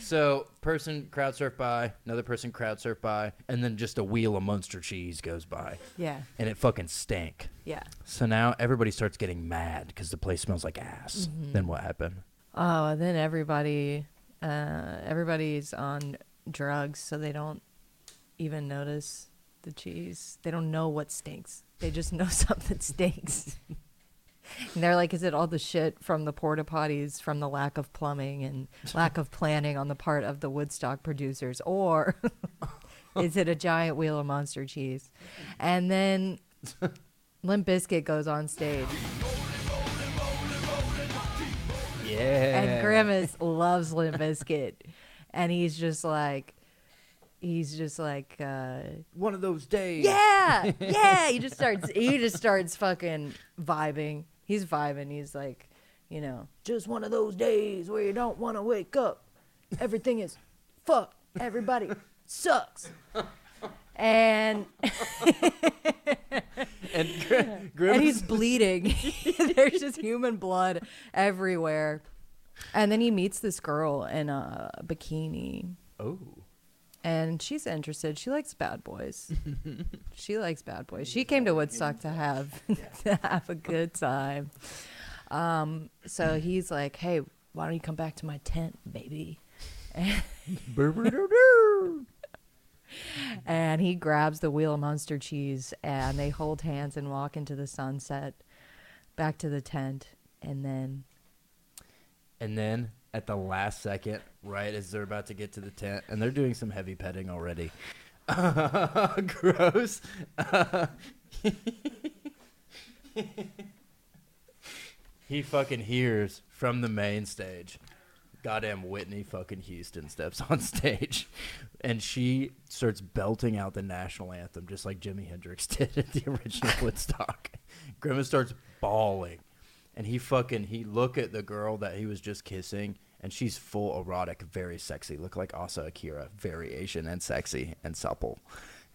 S1: so person crowd surf by, another person crowd surf by, and then just a wheel of Munster cheese goes by,
S2: Yeah.
S1: and it fucking stank.
S2: Yeah.
S1: So now everybody starts getting mad because the place smells like ass.
S2: Mm-hmm.
S1: Then what happened?
S2: Oh, and then everybody, uh, everybody's on drugs, so they don't even notice the cheese. They don't know what stinks. They just know something stinks. and they're like, "Is it all the shit from the porta potties, from the lack of plumbing and lack of planning on the part of the Woodstock producers, or is it a giant wheel of monster cheese?" And then Limp Bizkit goes on stage.
S1: Yeah.
S2: and Grimace loves Limp Bizkit, and he's just like, he's just like, uh,
S1: One of those days.
S2: yeah, yeah. He just starts, he just starts fucking vibing. He's vibing. He's like, you know, just one of those days where you don't want to wake up. Everything is fucked. Everybody sucks. And
S1: And Gr- Grimace.
S2: and he's bleeding. There's just human blood everywhere. And then he meets this girl in a bikini,
S1: oh.
S2: and she's interested. She likes bad boys. she likes bad boys. She came to Woodstock to have to have a good time. Um, so he's like, "Hey, why don't you come back to my tent, baby?"
S1: Bur-bur-doo-doo.
S2: And he grabs the wheel of monster cheese, and they hold hands and walk into the sunset, back to the tent, and then
S1: And then at the last second, right as they're about to get to the tent, and they're doing some heavy petting already. gross. he fucking hears from the main stage. Goddamn Whitney fucking Houston steps on stage and she starts belting out the national anthem just like Jimi Hendrix did at the original Woodstock. Grimace starts bawling and he fucking he look at the girl that he was just kissing and she's full erotic very sexy look like asa akira very asian and sexy and supple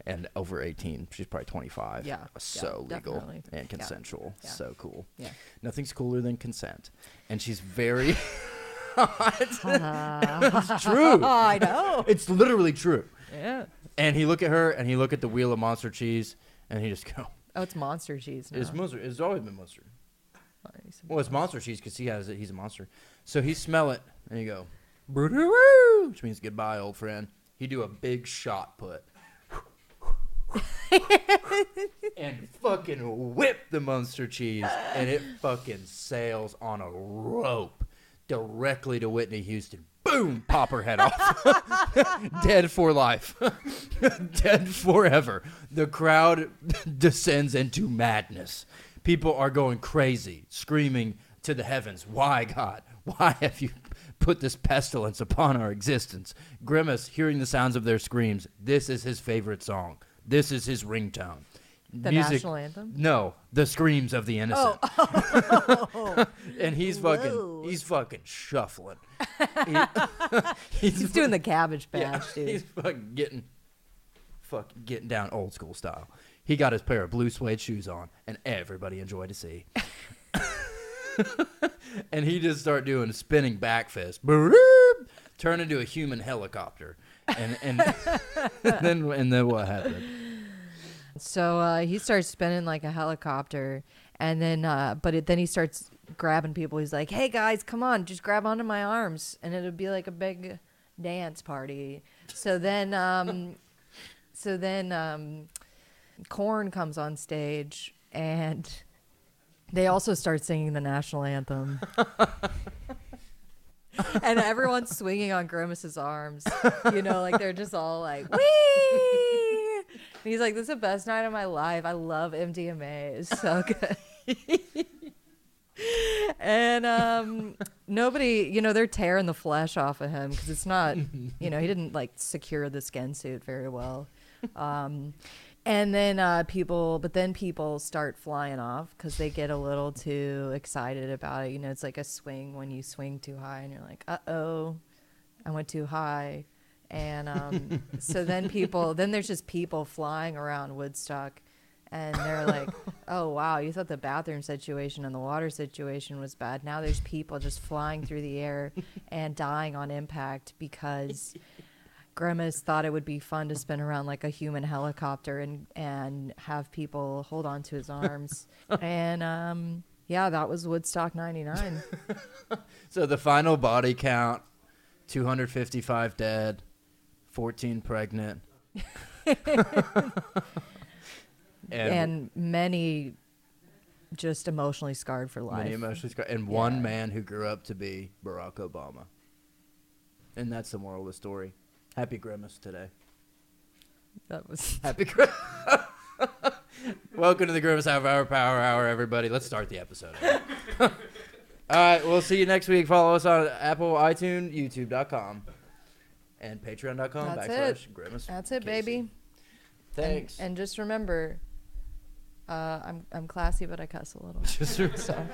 S1: and over 18 she's probably 25
S2: Yeah,
S1: so
S2: yeah,
S1: legal
S2: definitely. Yeah,
S1: and consensual
S2: yeah.
S1: so cool
S2: Yeah.
S1: nothing's cooler than consent and she's very it's
S2: Oh,
S1: true
S2: I know.
S1: it's literally true
S2: yeah.
S1: and he look at her and he look at the wheel of monster cheese and he just go
S2: Oh, it's monster cheese now.
S1: it's monster it's always been monster
S2: Nice.
S1: Well, it's monster cheese because he has it. He's a monster. So he smell it and you go, "Boo-doo-woo," which means goodbye, old friend. He do a big shot put and fucking whip the monster cheese and it fucking sails on a rope directly to Whitney Houston. Boom, pop her head off. Dead for life. Dead forever. The crowd descends into madness. People are going crazy, screaming to the heavens, Why, God? Why have you put this pestilence upon our existence? Grimace, hearing the sounds of their screams, this is his favorite song. This is his ringtone.
S2: The national anthem?
S1: No, the screams of the innocent. and he's fucking,
S2: Oh, Whoa.
S1: he's fucking shuffling. He- he's
S2: He's doing the cabbage
S1: yeah,
S2: patch, dude.
S1: He's fucking getting, fuck, getting down old school style. He got his pair of blue suede shoes on, and everybody enjoyed to see. and he just start doing a spinning back fist, Broop! turn into a human helicopter, and and, and then and then what happened?
S2: So uh, he starts spinning like a helicopter, and then uh, but it, then he starts grabbing people. He's like, "Hey guys, come on, just grab onto my arms, and it'll be like a big dance party. So then, um, so then, um, Corn comes on stage and they also start singing the national anthem. and everyone's swinging on Grimace's arms. You know, like they're just all like, wee! And he's like, this is the best night of my life. I love MDMA. It's so good. and um, nobody, you know, they're tearing the flesh off of him because it's not, you know, he didn't like secure the skin suit very well. Um, and then uh, people, but then people start flying off because they get a little too excited about it. You know, it's like a swing when you swing too high and you're like, uh oh, I went too high. And um, so then people, then there's just people flying around Woodstock and they're like, oh, wow, you thought the bathroom situation and the water situation was bad. Now there's people just flying through the air and dying on impact because Grimace thought it would be fun to spin around like a human helicopter and, and have people hold on to his arms. and um, yeah, that was Woodstock 99.
S1: So the final body count 255 dead, 14 pregnant. and,
S2: and many just emotionally scarred for life.
S1: many emotionally scar- and one
S2: Yeah.
S1: man who grew up to be Barack Obama. And that's the moral of the story. Happy Grimace today.
S2: That was
S1: Happy Grimace. Welcome to the Grimace Half Hour Power Hour, everybody. Let's start the episode. All right, we'll see you next week. Follow us on Apple, iTunes, YouTube.com, and Patreon.com
S2: That's
S1: backslash Grimace.
S2: that's it,
S1: Casey.
S2: baby.
S1: Thanks.
S2: And, and just remember, uh, I'm I'm classy, but I cuss a little.
S1: Just-
S2: So.